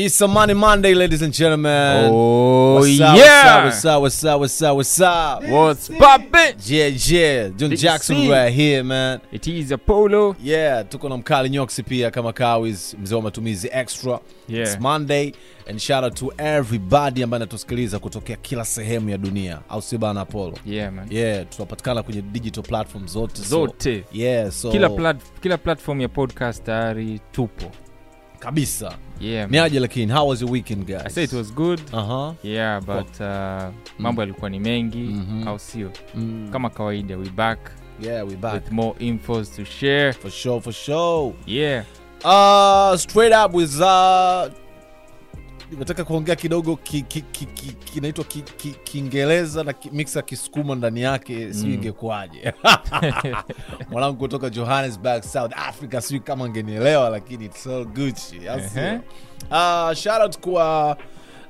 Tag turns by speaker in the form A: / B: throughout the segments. A: It's a Money Monday, ladies and gentlemen.
B: Oh,
A: what's up,
B: yeah.
A: What's up, what's up, what's up, what's up? What's up?
B: What's poppin'?
A: Yeah, yeah. John
B: Big
A: Jackson
B: C.
A: right here, man.
B: It is Apollo.
A: Yeah, tuko na mkali nyoksi pia kama kawis mzee wa matumizi extra.
B: Yeah.
A: It's Monday and shout out to everybody ambaye anatusikiliza kutokea kila sehemu ya dunia, au sio bana Apollo?
B: Yeah, man.
A: Yeah, tunapatikana kwenye digital platform zote.
B: Zote.
A: So, yeah, so
B: Kila plat kila platform ya podcast tayari tupo.
A: kabisa.
B: Yeah. Man.
A: Niaje lakini, how was your weekend guys?
B: I say it was good.
A: Uh-huh.
B: Yeah, but uh, mambo yalikuwa ni mengi
A: Mhm.
B: au sio?
A: Mm.
B: Kama kawaida we back
A: Yeah, we back.
B: with more infos to share.
A: For sure, for sure.
B: Yeah.
A: Uh, straight up with uh, nataka kuongea kidogo ki- ki- ki- ki- kinaitwa ki- ki- kiingereza na ki- mix ya kisukuma ndani yake siu ingekuwaje mwanangu kutoka johannesburg south africa siu kama angenielewa lakini it's all good shit, au sio?
B: Ehe.
A: uh, shout out kwa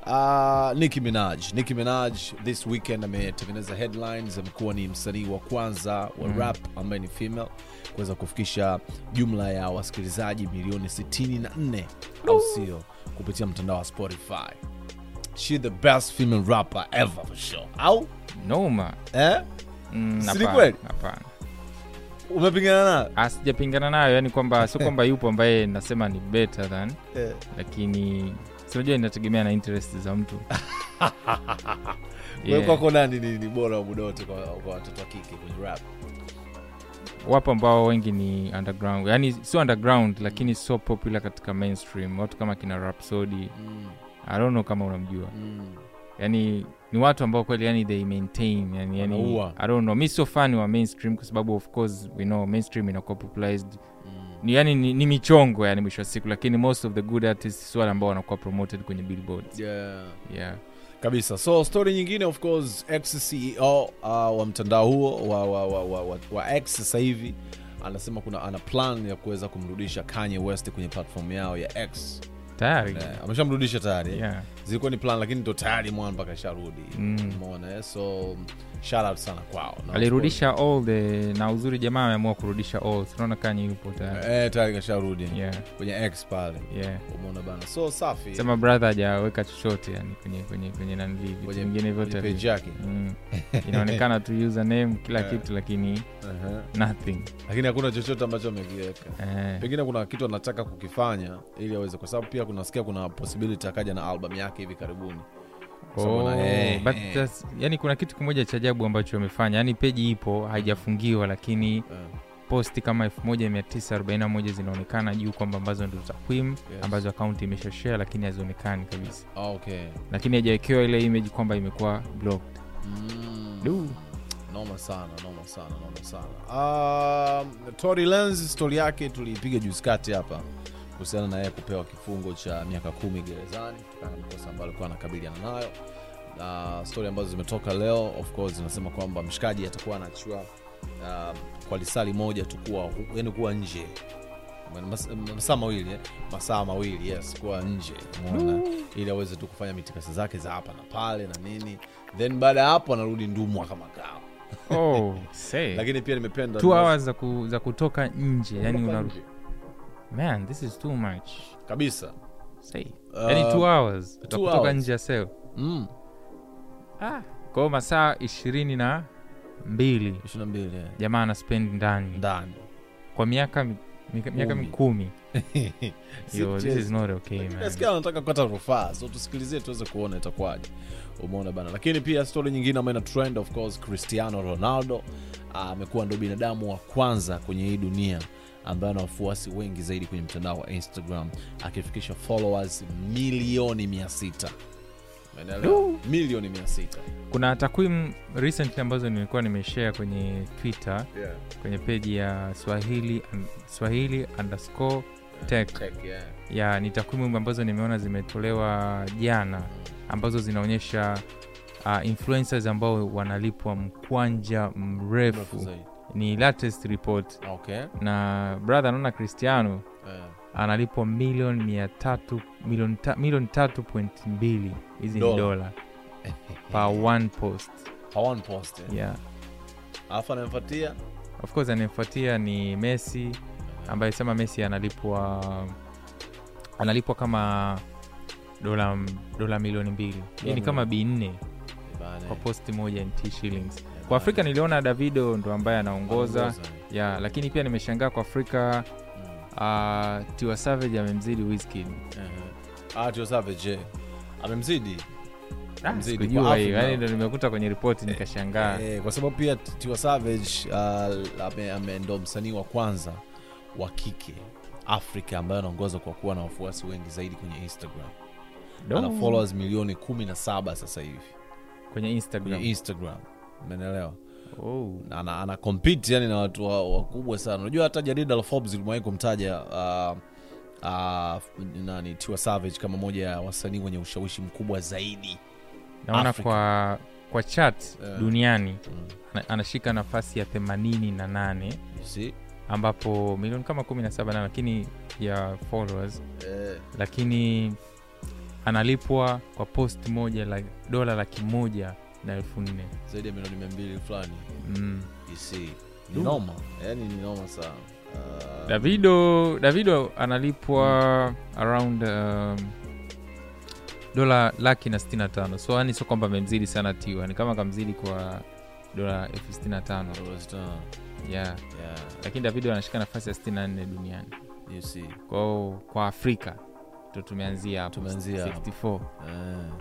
A: Uh, Nicki Minaj. Nicki Minaj this weekend ametengeneza headlines, amekuwa ni msanii wa kwanza wa mm. rap ambaye ni female kuweza kufikisha jumla ya wasikilizaji milioni 64 au sio, kupitia mtandao wa Spotify. She the best female rapper ever for sure. Au
B: Noma.
A: eh?
B: Mm,
A: Si
B: hapana,
A: ni kweli?
B: Hapana.
A: Umepingana nayo?
B: Ah, sijapingana nayo, yani kwamba sio kwamba yupo ambaye nasema ni better than
A: Eh.
B: lakini sinajua inategemea na interest za mtu
A: Wewe
B: Yeah.
A: kwako nani ni, ni bora muda wote kwa kwa watoto wa kike kwenye rap?
B: wapo ambao wengi ni underground yani sio underground lakini sio popular katika mainstream watu kama kina rapsodi
A: Mm,
B: arono kama unamjua
A: mm.
B: yani ni watu ambao kweli yani they maintain yani, yani
A: Wanaua.
B: I don't know mi sio fan wa mainstream kwa sababu of course we know mainstream inakuwa popularized
A: Mm.
B: ni, yani ni, ni michongo yani mwisho wa siku lakini most of the good artists si wale ambao wanakuwa promoted kwenye billboards
A: Yeah.
B: yeah
A: kabisa so story nyingine of course ex ceo uh, wa mtandao huo wa, wa, wa, wa, wa, wa x sasa hivi anasema kuna ana plan ya kuweza kumrudisha kanye west kwenye platform yao ya x
B: tayari
A: eh, ameshamrudisha tayari eh?
B: yeah.
A: zilikuwa ni plan lakini ndo tayari mwana mpaka sharudi
B: Mm.
A: mona eh? so shout out sana kwao Na of
B: alirudisha all the na uzuri jamaa ameamua kurudisha all tunaona kanye yupo
A: course-
B: tayari
A: eh, tayari kasharudi
B: yeah,
A: kwenye x pale
B: yeah.
A: umeona bana so safi
B: sema brother hajaweka chochote yani kwenye kwenye kwenye nanili vitu
A: Kwenye-
B: vingine
A: kwenye
B: vyote
A: page yake
B: Mm. inaonekana tu username kila kitu lakini
A: Aha.
B: nothing
A: lakini hakuna chochote ambacho amekiweka
B: Eh,
A: pengine kuna kitu anataka kukifanya ili aweze kwa sababu pia kunasikia kuna possibility akaja na album yake hivi karibuni Kwa sababu
B: oh,
A: na- eh,
B: but
A: eh,
B: that's- yani kuna kitu kimoja cha ajabu ambacho wamefanya yani peji ipo haijafungiwa lakini
A: eh,
B: posti kama 1941 zinaonekana juu kwamba ambazo ndo takwimu
A: Yes.
B: ambazo akaunti imeshashare lakini hazionekani kabisa
A: ah, okay
B: lakini haijawekewa ile image kwamba imekuwa blocked
A: Mm,
B: Du.
A: noma sana noma sana noma sana um, Tory Lanez story yake tuliipiga juzi kati hapa kuhusiana na yeye kupewa kifungo cha miaka kumi gerezani kutokana na makosa ambayo alikuwa anakabiliana nayo na stori ambazo zimetoka leo of course zinasema kwamba mshikaji atakuwa anaachiwa uh, kwa lisali moja tu kuwa yani kuwa nje Mas- masaa mawili eh? masaa mawili yes kuwa nje umeona ili aweze tu kufanya mitikasi zake za hapa na pale na nini then baada ya hapo anarudi ndumwa kama kawa
B: oh, say.
A: lakini pia nimependa
B: two hours za, ku, za kutoka nje yani
A: Kutoka
B: unaru-
A: nje.
B: man this is too much
A: kabisa
B: say yani
A: Uh,
B: two hours za
A: two
B: kutoka
A: hours.
B: nje ya sel
A: mm.
B: ah. kwao masaa ishirini na mbili
A: 22 eh.
B: jamaa ana spend ndani
A: ndani
B: kwa miaka mi- mi- miaka
A: Kumi.
B: kumi
A: Si
B: yo this
A: mchezo.
B: is not okay
A: Lakini
B: man
A: nasikia anataka kukata rufaa so tusikilizie tuweze kuona itakuwaje umeona bana lakini pia stori nyingine ambayo ina trend of course cristiano ronaldo ah, amekuwa ndo binadamu wa kwanza kwenye hii dunia ambaye ana wafuasi wengi zaidi kwenye mtandao wa instagram akifikisha followers milioni 600 Umeelewa? milioni 600
B: kuna takwimu recently ambazo nilikuwa nimeshare kwenye twitter
A: yeah.
B: kwenye peji ya swahili swahili underscore tech
A: Check, yeah.
B: ya ni takwimu ambazo nimeona zimetolewa jana ambazo zinaonyesha uh, influencers ambao wanalipwa mkwanja
A: Mrefu
B: mrefu
A: zaidi.
B: ni latest report
A: okay Eh.
B: na brother anaona cristiano
A: yeah.
B: analipwa milioni mia tatu milioni ta- milioni tatu point mbili hizi ni
A: Dola.
B: dola per one post
A: Pa one post eh.
B: yeah.
A: alafu anamfuatia
B: of course anayefuatia ni messi ambaye sema messi analipwa analipwa kama dola dola milioni mbili hii ni
A: milioni
B: kama b nne
A: Bana,
B: kwa posti moja nt shillings
A: eh,
B: kwa
A: bana.
B: afrika niliona davido ndo ambaye anaongoza
A: Anaongoza, Hmm. eh.
B: ya lakini pia nimeshangaa kwa afrika uh, tiwa savage amemzidi wizkid
A: Uh-huh. Ah, Tio Savage, eh. amemzidi
B: Ah,
A: Amemzidi
B: sikujua
A: kwa
B: hiyo
A: Afrika.
B: yani ndo nimekuta kwenye ripoti nikashangaa
A: eh, kwa sababu pia Tiwa Savage uh, ame, ame, ndo msanii wa kwanza wa kike Afrika ambaye anaongoza kwa kuwa na wafuasi wengi zaidi kwenye Instagram.
B: Do,
A: Ana followers milioni 17 sasa hivi
B: kwenye
A: kwenye
B: instagram
A: Instagram. Umeelewa?
B: oh.
A: Na ana, ana compete yani na watu wa- wakubwa sana. Unajua hata jarida la Forbes limewahi kumtaja uh, uh, nani Tiwa Savage kama moja ya wasanii wenye ushawishi mkubwa zaidi.
B: naona
A: Africa.
B: kwa kwa chat
A: Eh.
B: duniani
A: Mm.
B: ana- anashika nafasi ya themanini na nane
A: You see?
B: ambapo milioni kama 17 na lakini ya followers
A: Eh,
B: lakini analipwa kwa post moja la dola laki moja na elfu nne
A: zaidi ya milioni 200 fulani.
B: mm.
A: PC. Ni noma, yani ni noma sana. Ah,
B: davido davido
A: Mm.
B: analipwa around um, dola laki na 65 so yani sio kwamba amemzidi sana tiwa ni kama kamzidi kwa dola elfu 65
A: dollars tano.
B: yeah
A: Yeah,
B: lakini davido anashika nafasi ya 64 duniani
A: you see.
B: kwao kwa afrika ndo tumeanzia hapo
A: Tumeanzia hapo.
B: 64
A: Eh.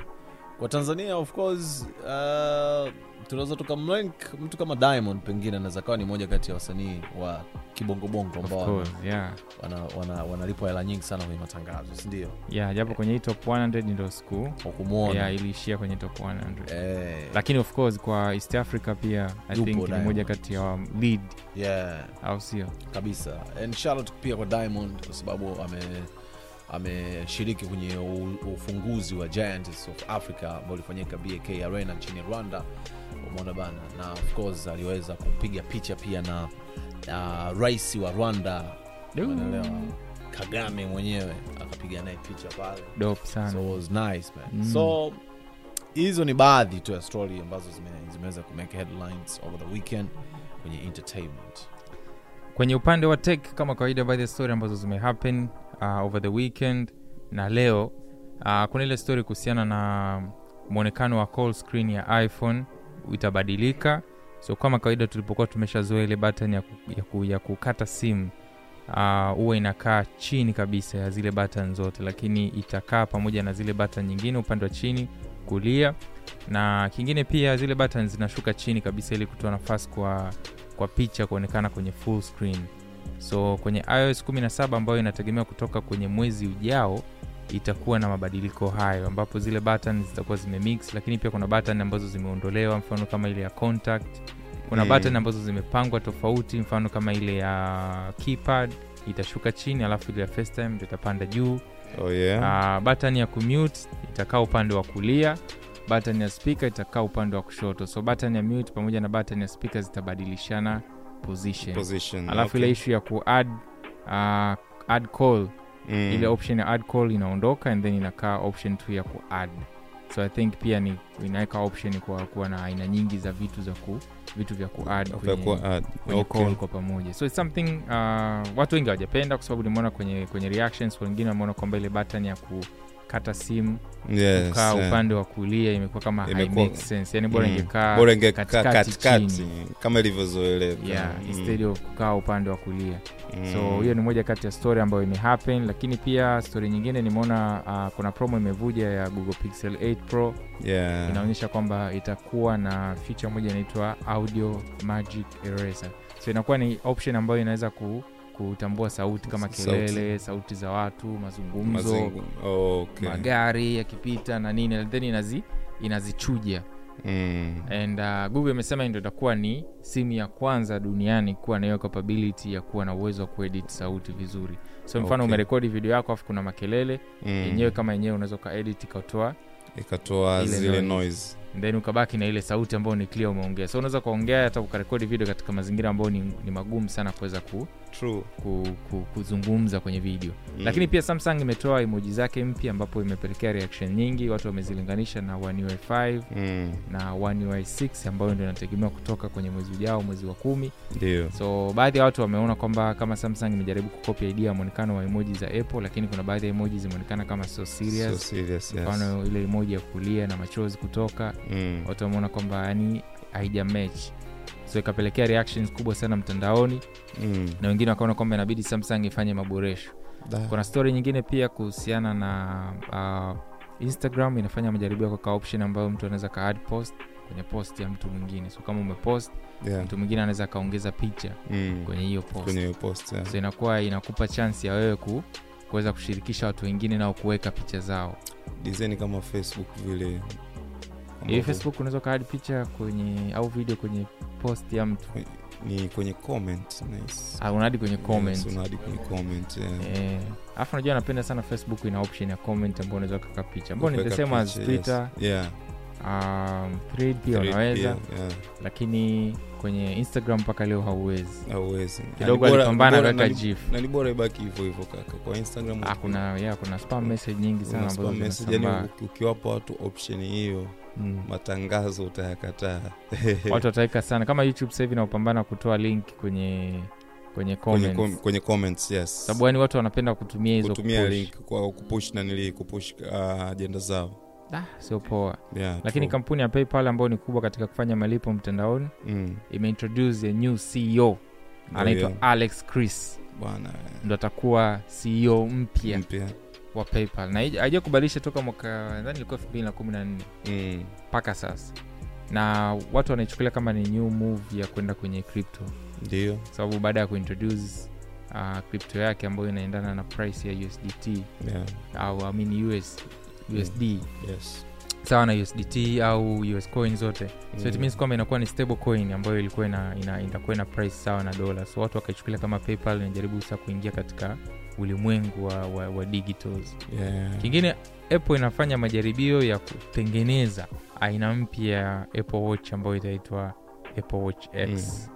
A: Kwa Tanzania of course ah, tunaweza tukamrank mtu kama Diamond pengine anaweza kawa ni moja kati ya wasanii wa kibongobongo
B: Of
A: ambao
B: course, yeah.
A: wanalipwa wana, wana wanalipwa hela nyingi sana kwenye matangazo, si ndio?
B: yeah, japo kwenye hii top 100 ndo siku
A: Kwa kumwona
B: yeah, iliishia kwenye top 100
A: eh,
B: lakini of course kwa east africa pia i
A: Yupo
B: think ni
A: Diamond.
B: moja kati ya wa lead
A: yeah.
B: au sio
A: kabisa and shout out pia kwa diamond kwa sababu ame ameshiriki kwenye u- ufunguzi wa giants of africa ambao ulifanyika bak arena nchini rwanda umeona bana na of course aliweza kupiga picha pia na na rais wa rwanda
B: Du.
A: umeelewa kagame mwenyewe akapiga naye picha pale
B: dope sana
A: so it was nice man
B: Mm.
A: so hizo ni baadhi tu ya story ambazo zime- zimeweza kumake headlines over the weekend kwenye entertainment
B: kwenye upande wa tech kama kawaida baadhi ya story ambazo zimehappen uh, over the weekend na leo uh, kuna ile story kuhusiana na mwonekano wa call screen ya iphone itabadilika so kama kawaida tulipokuwa tumeshazoea ile button ya, ku, ya, ku, ya kukata simu ah, huwa uh, inakaa chini kabisa ya zile button zote lakini itakaa pamoja na zile button nyingine upande wa chini kulia na kingine pia zile button zinashuka chini kabisa ili kutoa nafasi kwa kwa picha kuonekana kwenye full screen so kwenye ios 17 ambayo inategemewa kutoka kwenye mwezi ujao itakuwa na mabadiliko hayo ambapo zile button zitakuwa zimemix lakini pia kuna button ambazo zimeondolewa mfano kama ile ya contact kuna
A: Mm.
B: button ambazo zimepangwa tofauti mfano kama ile ya keypad itashuka chini alafu ile ya facetime ndio itapanda juu
C: oh yeah
B: uh, button ya commute itakaa upande wa kulia button ya speaker itakaa upande wa kushoto so button ya mute pamoja na button ya speaker zitabadilishana position,
C: position
B: alafu
C: okay.
B: ile issue ya ku add, uh, add call
C: mm.
B: ile option ya add call inaondoka and then inakaa option tu ya ku add so i think pia ni inaweka option kwa kuwa na aina nyingi za vitu za ku vitu vya ku add
C: Of
B: kwenye-
C: equal ad.
B: kwenye
C: Okay.
B: call kwa pamoja so it's something uh, watu wengi hawajapenda kwa sababu nimeona kwenye kwenye reactions wengine wameona kwamba ile button ya kukata simu
C: Yes,
B: kaa
C: eh.
B: upande wa kulia imekuwa kama
C: Imekuwa-
B: haimake sense yani bora
C: Mm.
B: ingekaa
C: Bora ingekaa
B: katikati
C: katikati
B: chini.
C: kama ilivyozoeleka
B: yeah,
C: Mm.
B: instead of kukaa upande wa kulia
C: Mm.
B: so hiyo ni moja kati ya story ambayo imehappen lakini pia story nyingine nimeona uh, kuna promo imevuja ya google pixel 8 pro
C: Yeah.
B: inaonyesha kwamba itakuwa na feature moja inaitwa audio magic eraser so inakuwa ni option ambayo inaweza ku, kutambua sauti kama
C: Sauti.
B: kelele sauti, za watu mazungumzo
C: Mazingu- oh, okay.
B: magari yakipita na nini then inazi inazichuja
C: Mm.
B: and uh, google imesema ndo itakuwa ni simu ya kwanza duniani kuwa na hiyo capability ya kuwa na uwezo wa kuedit sauti vizuri so mfano
C: Okay.
B: umerekodi video yako afu kuna makelele
C: Mm.
B: yenyewe kama yenyewe unaweza ukaedit ikatoa
C: ikatoa
B: Ile
C: zile
B: noise.
C: noise
B: And then ukabaki na ile sauti ambayo ni clear umeongea so unaweza ukaongea hata ukarekodi video katika mazingira ambayo ni, ni magumu sana kuweza ku,
C: true
B: ku, ku, kuzungumza kwenye video mm. lakini pia samsung imetoa emoji zake mpya ambapo imepelekea reaction nyingi watu wamezilinganisha na one UI 5
C: mm,
B: na one UI 6 ambayo ndio inategemewa kutoka kwenye mwezi ujao mwezi wa kumi
C: ndio
B: so baadhi ya watu wameona kwamba kama samsung imejaribu kukopi idea ya mwonekano wa emoji za apple lakini kuna baadhi ya emoji zimeonekana kama so
C: so
B: serious
C: serious yes.
B: mfano ile emoji ya kulia na machozi kutoka
C: mm,
B: watu wameona kwamba yani haija match so ikapelekea reactions kubwa sana mtandaoni
C: mm,
B: na wengine wakaona kwamba inabidi samsung ifanye maboresho
C: da,
B: kuna story nyingine pia kuhusiana na uh, instagram inafanya majaribio kwa ka option ambayo mtu anaweza ka add post kwenye post ya mtu mwingine so kama umepost
C: yeah.
B: mtu mwingine anaweza akaongeza picha
C: mm,
B: kwenye hiyo post
C: kwenye hiyo post yeah.
B: so inakuwa inakupa chance ya wewe ku, kuweza kushirikisha watu wengine nao kuweka picha zao
C: design kama facebook vile
B: hivi
C: Ambapo
B: facebook unaweza ukaadi picha kwenye au video kwenye post ya mtu
C: ni kwenye comment nice.
B: Ah, unaadi kwenye comment
C: Yes, unaadi kwenye comment yeah.
B: Eh, alafu najua napenda sana facebook ina option ya comment ambao unaweza ukaweka picha ambao
C: Kuweka
B: nitasema
C: picha,
B: twitter
C: yes. yeah.
B: um, thread pia
C: Thread
B: unaweza
C: pia, yeah.
B: lakini kwenye instagram mpaka leo hauwezi
C: hauwezi Na ni
B: kidogo
C: Yaani bora-
B: alipambana
C: ni bora-
B: kaweka
C: na ni-
B: gif
C: na ni bora ibaki hivyo hivyo kaka kwa instagram
B: Ah, kuna ya kuna spam message nyingi
C: kuna
B: sana
C: spam
B: ambazo
C: message, yani
B: zinasambaa
C: uki- ukiwapa watu option hiyo
B: mm.
C: matangazo utayakataa
B: watu wataweka sana kama youtube sasa hivi inaopambana kutoa link kwenye kwenye
C: kwenye, com-
B: comments
C: kwenye comments yes
B: sababu yani watu wanapenda kutumia hizo
C: kutumia
B: kupush.
C: link kwa kupush nanili kupush ajenda zao
B: Ah, sio poa
C: yeah,
B: lakini
C: true.
B: kampuni ya paypal ambayo ni kubwa katika kufanya malipo mtandaoni
C: mm.
B: imeintroduce a new E ceo
C: Ndio,
B: anaitwa
C: yeah.
B: alex chris
C: bwana
B: ndo atakuwa ceo mpya
C: yeah. mpya
B: wa paypal na haija kubadilisha toka mwaka nadhani ilikuwa 214
C: mm.
B: mpaka sasa na watu wanaichukulia kama ni new move ya kwenda kwenye crypto
C: ndio
B: sababu baada ya kuintroduce uh, crypto yake ambayo inaendana na price ya usdt
C: yeah.
B: au I mean US, usd
C: yes
B: sawa na usdt au us coin zote so it
C: Mm.
B: means kwamba inakuwa ni stable coin ambayo ilikuwa ina, ina, inakuwa ina price sawa na dola so watu wakaichukulia kama paypal inajaribu sasa kuingia katika ulimwengu wa, wa, wa digitals
C: Mm. yeah.
B: kingine apple inafanya majaribio ya kutengeneza aina mpya ya apple watch ambayo itaitwa apple watch x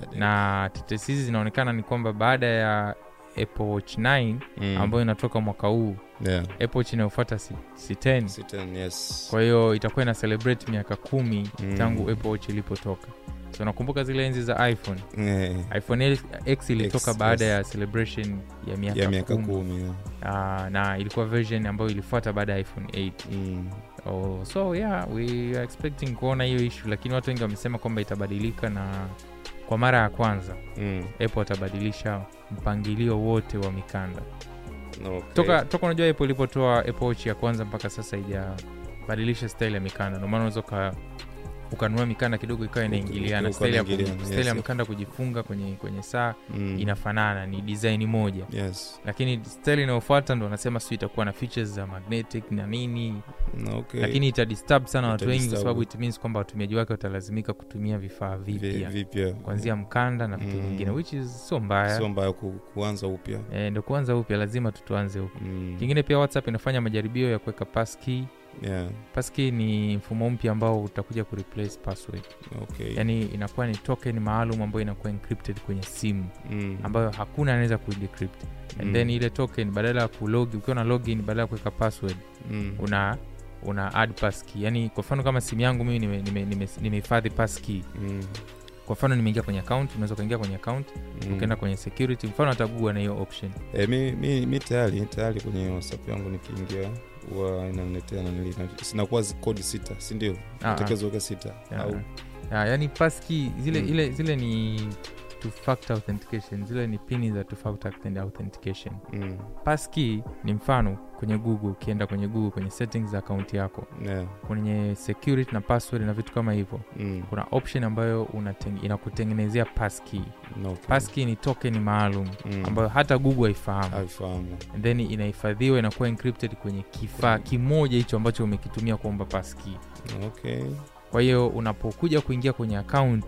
C: Dada.
B: na tetesi hizi zinaonekana ni kwamba baada ya apple watch 9
C: mm.
B: ambayo inatoka mwaka huu
C: yeah.
B: apple watch inayofuata si, si 10
C: Sitini, yes
B: Mm. kwa hiyo itakuwa ina celebrate miaka kumi
C: Mm.
B: tangu apple watch ilipotoka so nakumbuka zile enzi za iphone
C: Eh,
B: iphone x ilitoka
C: X,
B: baada
C: yes.
B: ya celebration ya miaka,
C: ya miaka
B: kumi,
C: kumi yeah.
B: Ah, na ilikuwa version ambayo ilifuata baada ya iphone 8
C: mm.
B: oh, so yeah we are expecting kuona hiyo ishu lakini watu wengi wamesema kwamba itabadilika na kwa mara ya kwanza
C: Mm.
B: apple atabadilisha mpangilio wote wa mikanda
C: Okay.
B: toka toka unajua apple ilipotoa apple watch ya kwanza mpaka sasa ijabadilisha style ya mikanda ndomaana unaweza uka- ukanunua mikanda kidogo ikawa
C: Uka-
B: inaingiliana
C: uka-
B: style ya, ku-
C: inaingiliana,
B: style
C: yes,
B: ya
C: yes.
B: mikanda kujifunga kwenye, kwenye saa
C: mm.
B: inafanana ni design moja
C: yes
B: lakini style inayofuata ndo wanasema siu itakuwa na features za magnetic na nini
C: Na Mm, okay.
B: lakini itadisturb sana watu wengi kwa
C: Eh. Itadisturb.
B: sababu it means kwamba watumiaji wake watalazimika kutumia vifaa
C: Vi-
B: vipya
C: vipya
B: kuanzia mkanda na vitu
C: Mm.
B: vingine which is sio mbaya
C: sio mbaya ku, kuanza upya
B: e, ndo kuanza upya lazima tutuanze upya
C: mm.
B: kingine pia whatsapp inafanya majaribio ya kuweka passkey
C: yeah.
B: passkey ni mfumo mpya ambao utakuja kureplace password
C: okay.
B: yani inakuwa ni token maalum ambayo inakuwa encrypted kwenye simu
C: mm.
B: ambayo hakuna anaweza kuidecrypt and
C: Mm.
B: then ile token badala ya kulogi ukiwa na login badala ya kuweka password
C: mm.
B: una una add passkey yani kwa mfano kama simu yangu mimi nimehifadhi nime, nime, nimehifadhi passkey
C: mm.
B: kwa mfano nimeingia kwenye account unaweza ukaingia kwenye account
C: mm.
B: ukaenda kwenye security mfano atagua na hiyo option Ah,
C: E, mi, mi, mi tayari tayari kwenye whatsapp yangu nikiingia huwa inaniletea nanili na- sinakuwa zi- kodi sita sindio
B: Ah, ah.
C: tekezoweka sita
B: Ya,
C: au
B: ya, yani passkey zile,
C: Mm.
B: ile, zile ni two factor authentication zile ni pini za two factor authent- authentication
C: mm.
B: passkey ni mfano kwenye google ukienda kwenye google kwenye settings za akaunti yako
C: yeah.
B: kwenye security na password na vitu kama hivyo
C: mm.
B: kuna option ambayo unateng- inakutengenezea passkey
C: Na okay.
B: passkey ni token maalum
C: Mm.
B: ambayo hata google haifahamu
C: haifahamu
B: And then inahifadhiwa inakuwa encrypted kwenye kifaa kimoja hicho ambacho umekitumia kuomba passkey
C: Na okay
B: kwa hiyo unapokuja kuingia kwenye account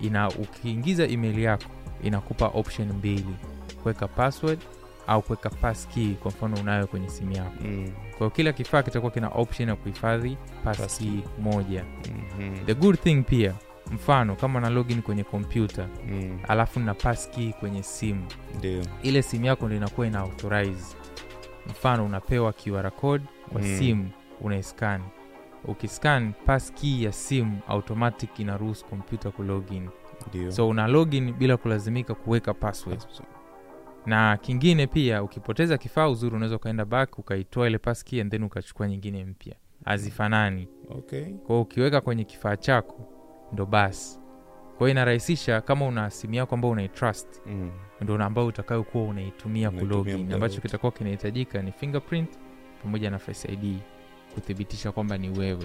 B: ina ukiingiza email yako inakupa option mbili kuweka password au kuweka passkey kwa mfano unayo kwenye simu yako
C: mm.
B: kwa hiyo kila kifaa kitakuwa kina option ya kuhifadhi passkey
C: Passkey.
B: moja
C: Mhm.
B: the good thing pia mfano kama na login kwenye kompyuta
C: mm,
B: alafu na pass key kwenye simu
C: ndio
B: ile simu yako ndo inakuwa ina authorize mfano unapewa qr code kwa
C: Mm.
B: mm. simu unaiskan ukiskan pass key ya simu automatic inaruhusu kompyuta kulogin
C: ndio
B: so una login bila kulazimika kuweka password na kingine pia ukipoteza kifaa uzuri unaweza ukaenda back ukaitoa ile pass key and then ukachukua nyingine mpya hazifanani
C: okay
B: kwao ukiweka kwenye kifaa chako ndo basi kwao inarahisisha kama una simu yako ambayo unaitrust
C: mm,
B: ndo na ambayo utakayokuwa unaitumia
C: Unaitumia
B: kulogin
C: muda
B: ambacho
C: wote.
B: kitakuwa kinahitajika ni fingerprint pamoja na face id kuthibitisha kwamba ni wewe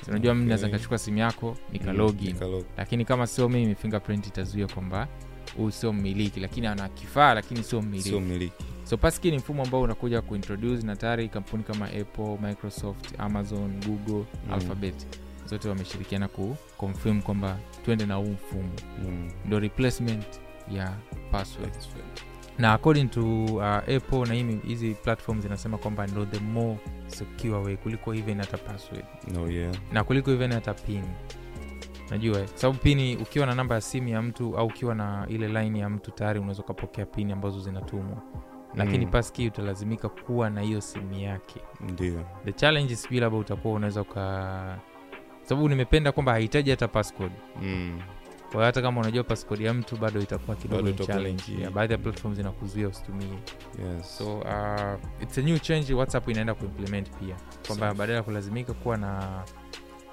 B: So, unajua okay.
C: Okay.
B: mi naweza nikachukua simu yako
C: mm,
B: nikalogin
C: nikalog-
B: lakini kama sio mimi fingerprint itazuia kwamba huyu sio mmiliki lakini ana kifaa lakini sio mmiliki
C: sio miliki
B: so paski ni mfumo ambao unakuja kuintroduce na tayari kampuni kama apple microsoft amazon google
C: Mm.
B: alphabet zote wameshirikiana ku confirm kwamba tuende na huu mfumo
C: mm.
B: ndo replacement ya password na according to uh, apple na hii- hizi platform zinasema kwamba ndo the more secure way kuliko even hata password
C: no yeah
B: na kuliko even hata pin najua eh, kwa sababu pini ukiwa na namba ya simu ya mtu au ukiwa na ile line ya mtu tayari unaweza ukapokea pini ambazo zinatumwa lakini
C: Mm.
B: mm. paski utalazimika kuwa na hiyo simu yake
C: ndio
B: the challenge sijui labda utakuwa unaweza uka sababu nimependa kwamba hahitaji hata passcode
C: mm.
B: kwa hiyo hata kama unajua passcode ya mtu bado itakuwa kidogo
C: Bado
B: ni
C: itakuwa ni
B: challenge
C: ki-
B: ya baadhi ya platform zinakuzuia usitumie
C: yes
B: so uh, it's a new change whatsapp inaenda kuimplement pia kwamba
C: Safi.
B: badala ya kulazimika kuwa na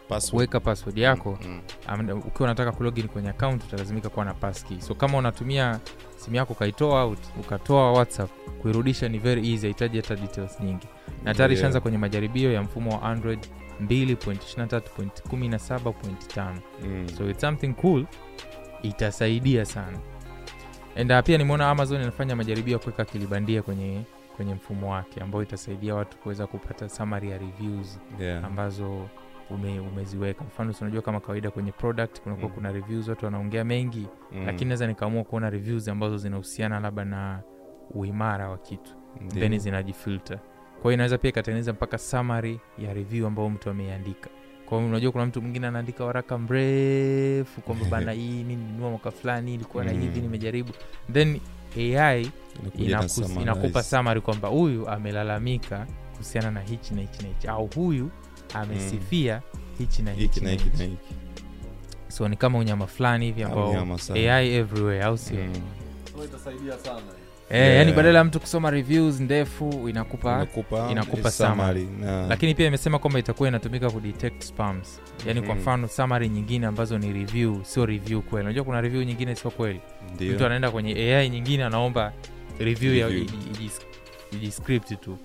C: password
B: kuweka password yako
C: mm.
B: Am- ukiwa unataka kulogin kwenye account utalazimika kuwa na paski so kama unatumia simu yako ukaitoa out ukatoa whatsapp kuirudisha ni very easy haitaji hata details nyingi na tayari
C: Yeah.
B: ishaanza kwenye majaribio ya mfumo wa android 2.23.17.5
C: mm.
B: so it's something cool itasaidia sana and uh, pia nimeona amazon inafanya majaribio ya kuweka kilibandia kwenye kwenye mfumo wake ambao itasaidia watu kuweza kupata summary ya reviews
C: yeah.
B: ambazo ume, umeziweka mfano si unajua kama kawaida kwenye product kunakuwa
C: Mm.
B: kuna reviews watu wanaongea mengi
C: mm.
B: lakini naweza nikaamua kuona reviews ambazo zinahusiana labda na uimara wa kitu
C: Ndio.
B: then zinajifilter kwa hiyo inaweza pia ikatengeneza mpaka summary ya review ambayo mtu ameiandika kwa hiyo unajua kuna mtu mwingine anaandika waraka mrefu kwamba bana hii mi ninunua mwaka fulani ilikuwa na
C: Mm.
B: hivi nimejaribu then ai
C: Inakuja na
B: inakus,
C: summarize.
B: inakupa summary kwamba huyu amelalamika kuhusiana na hichi na hichi na hichi au huyu amesifia hichi na hichi
C: hiki Mm. na
B: na
C: hiki na
B: hichi
C: hiki
B: so ni kama unyama fulani hivi ambao
C: Amnyama sana.
B: ai everywhere au sio
C: Mm.
A: itasaidia sana
B: eh,
C: Yeah.
B: yani badala ya mtu kusoma reviews ndefu inakupa
C: inakupa
B: inakupa
C: summary na
B: lakini pia imesema kwamba itakuwa inatumika kudetect spams yani kwa
C: Mhm.
B: mfano summary nyingine ambazo ni review sio review kweli unajua kuna review nyingine sio kweli
C: ndio
B: mtu anaenda kwenye ai nyingine anaomba review ya
C: Review.
B: iji- iji- ijiscript tu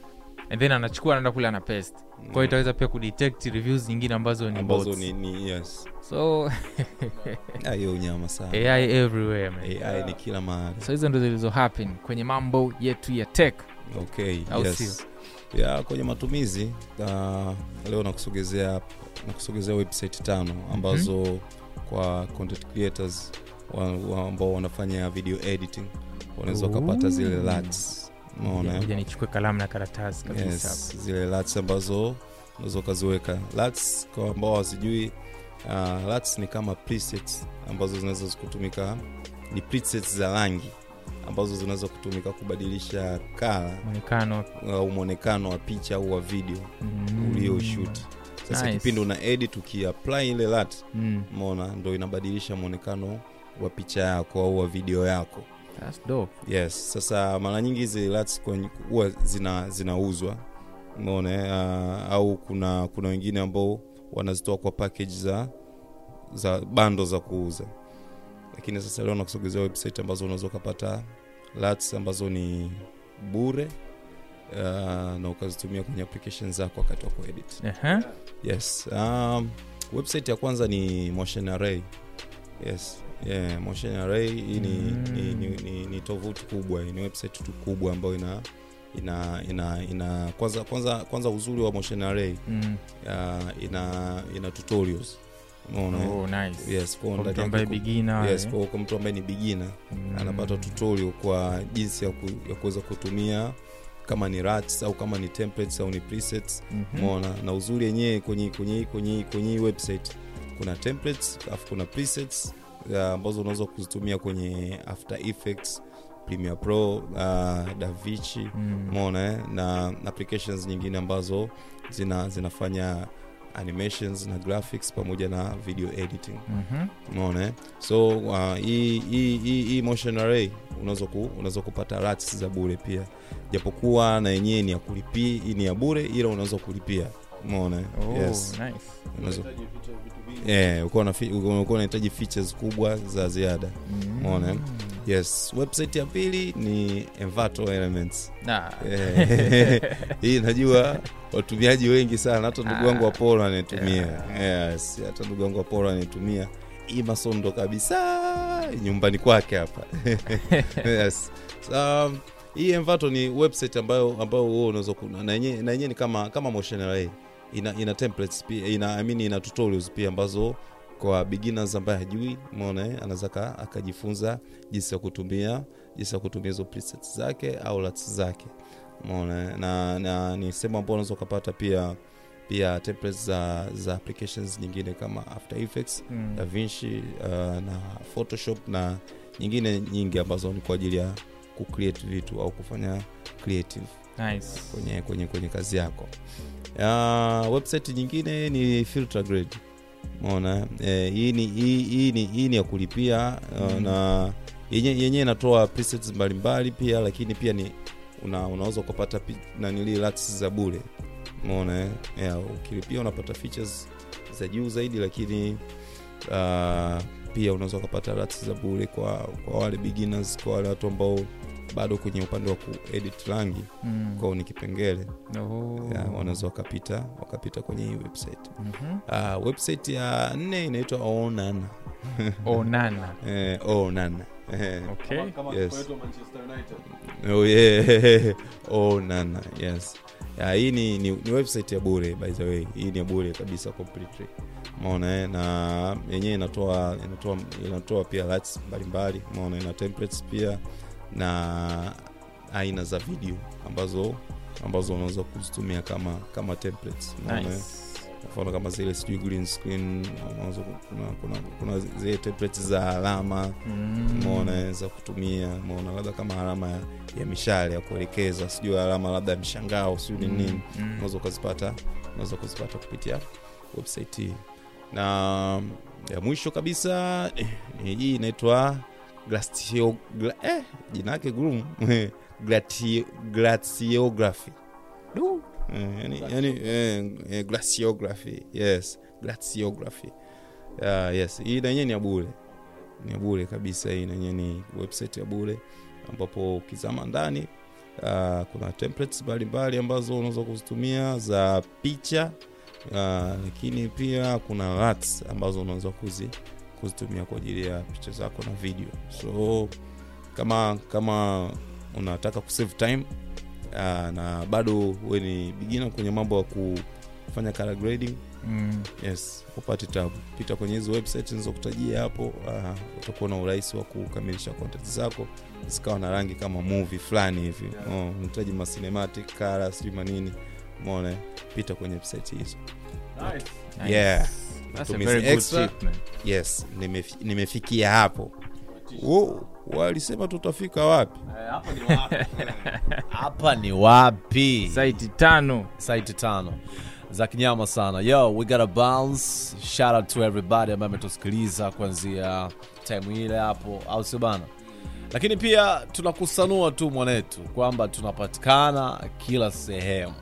B: and then anachukua anaenda kule ana paste
C: Mm.
B: kwa hiyo itaweza pia kudetect reviews nyingine ambazo ni
C: ambazo
B: bots.
C: ni, ni yes
B: so
C: Ah, hiyo unyama sana
B: ai everywhere man.
C: AI ni kila mahali
B: so hizo ndo zilizo happen kwenye mambo yetu ya tech
C: okay
B: Au
C: yes
B: sio?
C: ya kwenye matumizi uh, leo nakusogezea nakusogezea website tano ambazo
B: Mhm.
C: kwa content creators wa, wa, ambao wanafanya video editing wanaweza wakapata zile
B: Ooh.
C: lats unaona eh?
B: ja nichukue kalamu na karatasi kabisa
C: yes, zile lats ambazo unaweza ukaziweka lats kwa ambao hawazijui uh, lats ni kama presets ambazo zinaweza zikutumika ni presets za rangi ambazo zinaweza kutumika kubadilisha kala
B: mwonekano
C: au mwonekano wa picha au wa video
B: mm,
C: ulioshoot sasa
B: Nice.
C: kipindi una edit ukiapply ile lat
B: mm,
C: mona ndo inabadilisha mwonekano wa picha yako au wa video yako
B: that's dope.
C: yes sasa mara nyingi hizi lats kwenye- huwa zina zinauzwa umeona eh, ah, au kuna kuna wengine ambao wanazitoa kwa package za za bando za kuuza lakini sasa leo nakusogezea website ambazo unaweza ukapata lats ambazo ni bure uh, na ukazitumia kwenye application zako wakati wa kuedit
B: Ehe.
C: yes um, website ya kwanza ni motion array yes yeah, motion array hii ni,
B: Mm.
C: ni, ni, ni, ni tovuti kubwa hii ni website tu kubwa ambayo ina ina ina, ina kwanza, kwanza kwanza uzuri wa motion array
B: Mm.
C: uh, ina ina tutorials umeona eh?
B: Oh, nice.
C: yes kwa
B: Kwa
C: ndani
B: mtu
C: yake
B: ambaye
C: ku-
B: beginner,
C: yes
B: eh.
C: kwa kwa mtu ambaye ni beginner
B: Mm.
C: anapata tutorial kwa jinsi ya, ku, ya kuweza kutumia kama ni rats au kama ni templates au ni presets
B: Mhm.
C: mona na uzuri yenyewe kwenye kwenye kwenye kwenye hii website kuna templates alafu kuna presets uh, ambazo unaweza kuzitumia kwenye after effects premiere pro uh, davichi
B: Mm.
C: mona eh? na applications nyingine ambazo zina zinafanya animations na graphics pamoja na video editing
B: Mhm.
C: umeona eh? so uh, hii hii- hii- hii motion array unaweza ku, unaweza kupata rats za bure pia japokuwa na yenyewe ni ya kulipia ni ya bure ila unaweza kulipia umeona eh?
B: Oh,
C: yes
B: nice.
C: unaweza Eh, ukiwa na fi- ukiwa ukiwa unahitaji features kubwa za ziada
B: Mm.
C: Umeona, eh? yes website ya pili ni envato elements
B: Nah.
C: Eh, hii najua watumiaji wengi sana hata ndugu wangu wa
B: Ah,
C: polo anaitumia yes hata ndugu wangu wa polo anaitumia hii masondo kabisa nyumbani kwake hapa yes um, hii envato ni website ambayo ambayo wewe unaweza kuna na yenyewe na yenyewe ni kama kama motion array ina ina templates pia ina I mean, ina tutorials pia ambazo kwa beginners ambaye hajui umeona eh, anaweza aka- akajifunza jinsi ya kutumia jinsi ya kutumia hizo presets zake au lats zake umeona eh, na, na ni sehemu ambao unaweza ukapata pia pia templates za, za applications nyingine kama after effects
B: Mm.
C: davinci uh, na photoshop na nyingine nyingi ambazo ni kwa ajili ya kucreate vitu au kufanya creative
B: Nice.
C: kwenye, kwenye, kwenye kazi yako uh, website nyingine ni filter grade mona eh, hii ni hii, hii, ni- hii ni ya kulipia uh,
B: Mm.
C: na yenye- yenyewe inatoa presets mbalimbali pia lakini pia ni una, unaweza ukapata pi- nanili lats za bure mona eh? yeah, ukilipia unapata features za juu zaidi lakini uh, pia unaweza ukapata lats za bure kwa, kwa wale beginners kwa wale watu ambao bado kwenye upande wa kuedit rangi
B: Mm.
C: kwao ni kipengele
B: Oh.
C: ya, wanaweza wakapita wakapita kwenye hii website
B: Mhm.
C: uh, website ya nne inaitwa onana
B: Oh, nana.
C: eh, onana eh,
B: Okay.
C: Yes. oh, yeah. onana yes ya, hii ni, ni, ni website ya bure by the way hii ni ya bure kabisa completely maona eh, na yenyewe inatoa inatoa inatoa pia lats mbalimbali maona ina templates pia na aina za video ambazo ambazo unaweza kuzitumia kama kama templates umeona, eh.
B: Nice.
C: mfano kama zile sijui green screen unaweza ku- kuna, kuna, kuna zile templates za alama
B: Mm.
C: mona za kutumia mona labda kama alama ya, ya mishale ya kuelekeza sijui alama labda ya mshangao sijui ni nini
B: Mm.
C: unaweza ukazipata unaweza kuzipata kupitia website hii na ya mwisho kabisa eh, hii inaitwa glastio gla, eh, jina yake gumu Gratio- gratiography Du. Eh, yani, yani, eh, eh, glasiography yes glasiography Ah, yes hii nanyewe ni ya bure ni ya bure kabisa hii nanyewe ni website ya bure ambapo ukizama ndani uh, kuna templates mbalimbali ambazo unaweza kuzitumia za picha uh, lakini pia kuna rats ambazo unaweza kuzi, kuzitumia kwa ajili ya picha zako na video so kama kama unataka kusave time uh, na bado we ni bigina kwenye mambo ya kufanya color grading
B: Mm.
C: yes upate tabu pita kwenye hizo website nizokutajia hapo uh, utakuwa na urahisi wa kukamilisha content zako zikawa na rangi kama movie fulani hivi yeah. unahitaji macinematic kara sijui manini mona pita kwenye website hizo
B: Nice.
C: Yeah.
B: That's a
C: Matumizi
B: very good
C: extra.
B: tip, man.
C: yes nimefi, nimefikia hapo oh, walisema tutafika wapi
A: hapa ni wapi
B: Saiti tano.
A: site tano za kinyama sana yo we gotta bounce shout out to everybody ambaye ametusikiliza kuanzia time ile hapo au sio bana lakini pia tunakusanua tu mwanetu kwamba tunapatikana kila sehemu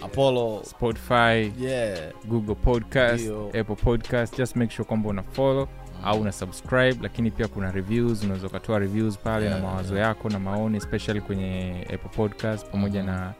A: apollo
B: Spotify,
A: yeah
B: Google Podcast,
A: Ndio. Mm-hmm.
B: Apple Podcast. Just make sure kwamba una follow au una subscribe, lakini pia kuna reviews, unaweza ukatoa reviews pale
A: Yeah,
B: na mawazo yako na maoni, especially kwenye Apple Podcast pamoja na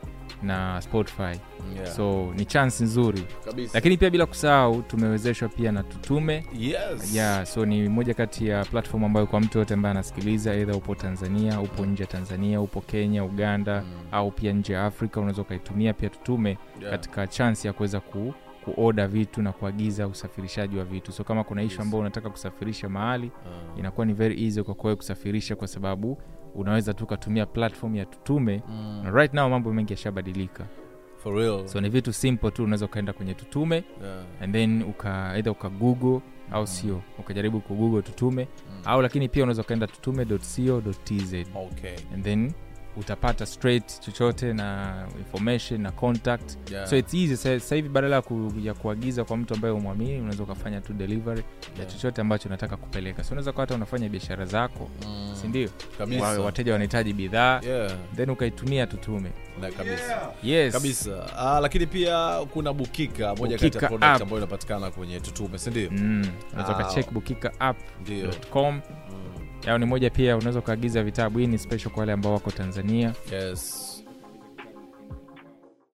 B: na Spotify.
A: Mm-hmm. yeah.
B: So ni chance nzuri,
A: kabisa
B: lakini pia bila kusahau tumewezeshwa pia na Tutume
A: yes
B: yeah so ni moja kati ya platform ambayo kwa mtu yote ambaye anasikiliza eidha upo tanzania upo nje ya tanzania upo kenya uganda
A: Mm.
B: au pia nje ya afrika unaweza ukaitumia pia tutume
A: Yeah.
B: katika chansi ya kuweza ku kuoda vitu na kuagiza usafirishaji wa vitu so kama kuna ishu
A: Yes.
B: ambao unataka kusafirisha mahali
A: Uh,
B: inakuwa ni very easy kwa kwawe kusafirisha kwa sababu unaweza tu ukatumia platform ya tutume
A: mm,
B: na right now mambo mengi yashabadilika
A: for real
B: so ni vitu simple tu unaweza ukaenda kwenye tutume
A: yeah.
B: and then uka either uka google
A: Mm.
B: au sio ukajaribu kugoogle tutume au lakini pia unaweza ukaenda tutume.co.tz
A: okay
B: and then utapata straight chochote na information na contact
A: yeah.
B: so it's easy Sa- sasa hivi badala ya ku, ya kuagiza kwa mtu ambaye umwamini unaweza ukafanya tu delivery ya
A: Yeah.
B: chochote ambacho unataka kupeleka so unaweza kuwa hata unafanya biashara zako
A: Mm,
B: sindio
A: kabisa.
B: Wa- wateja wanahitaji bidhaa
A: yeah.
B: then ukaitumia tutume
A: na kabisa
B: yes
A: kabisa ah, lakini pia kuna bukika moja kati
B: Bukika
A: ya product
B: app.
A: ambayo inapatikana kwenye tutume sindio
B: Mm, unaweza
A: Ah.
B: ukacheck bookikaapp.com
A: ndio
B: au ni moja pia unaweza ukaagiza vitabu hii ni special kwa wale ambao wako tanzania
A: yes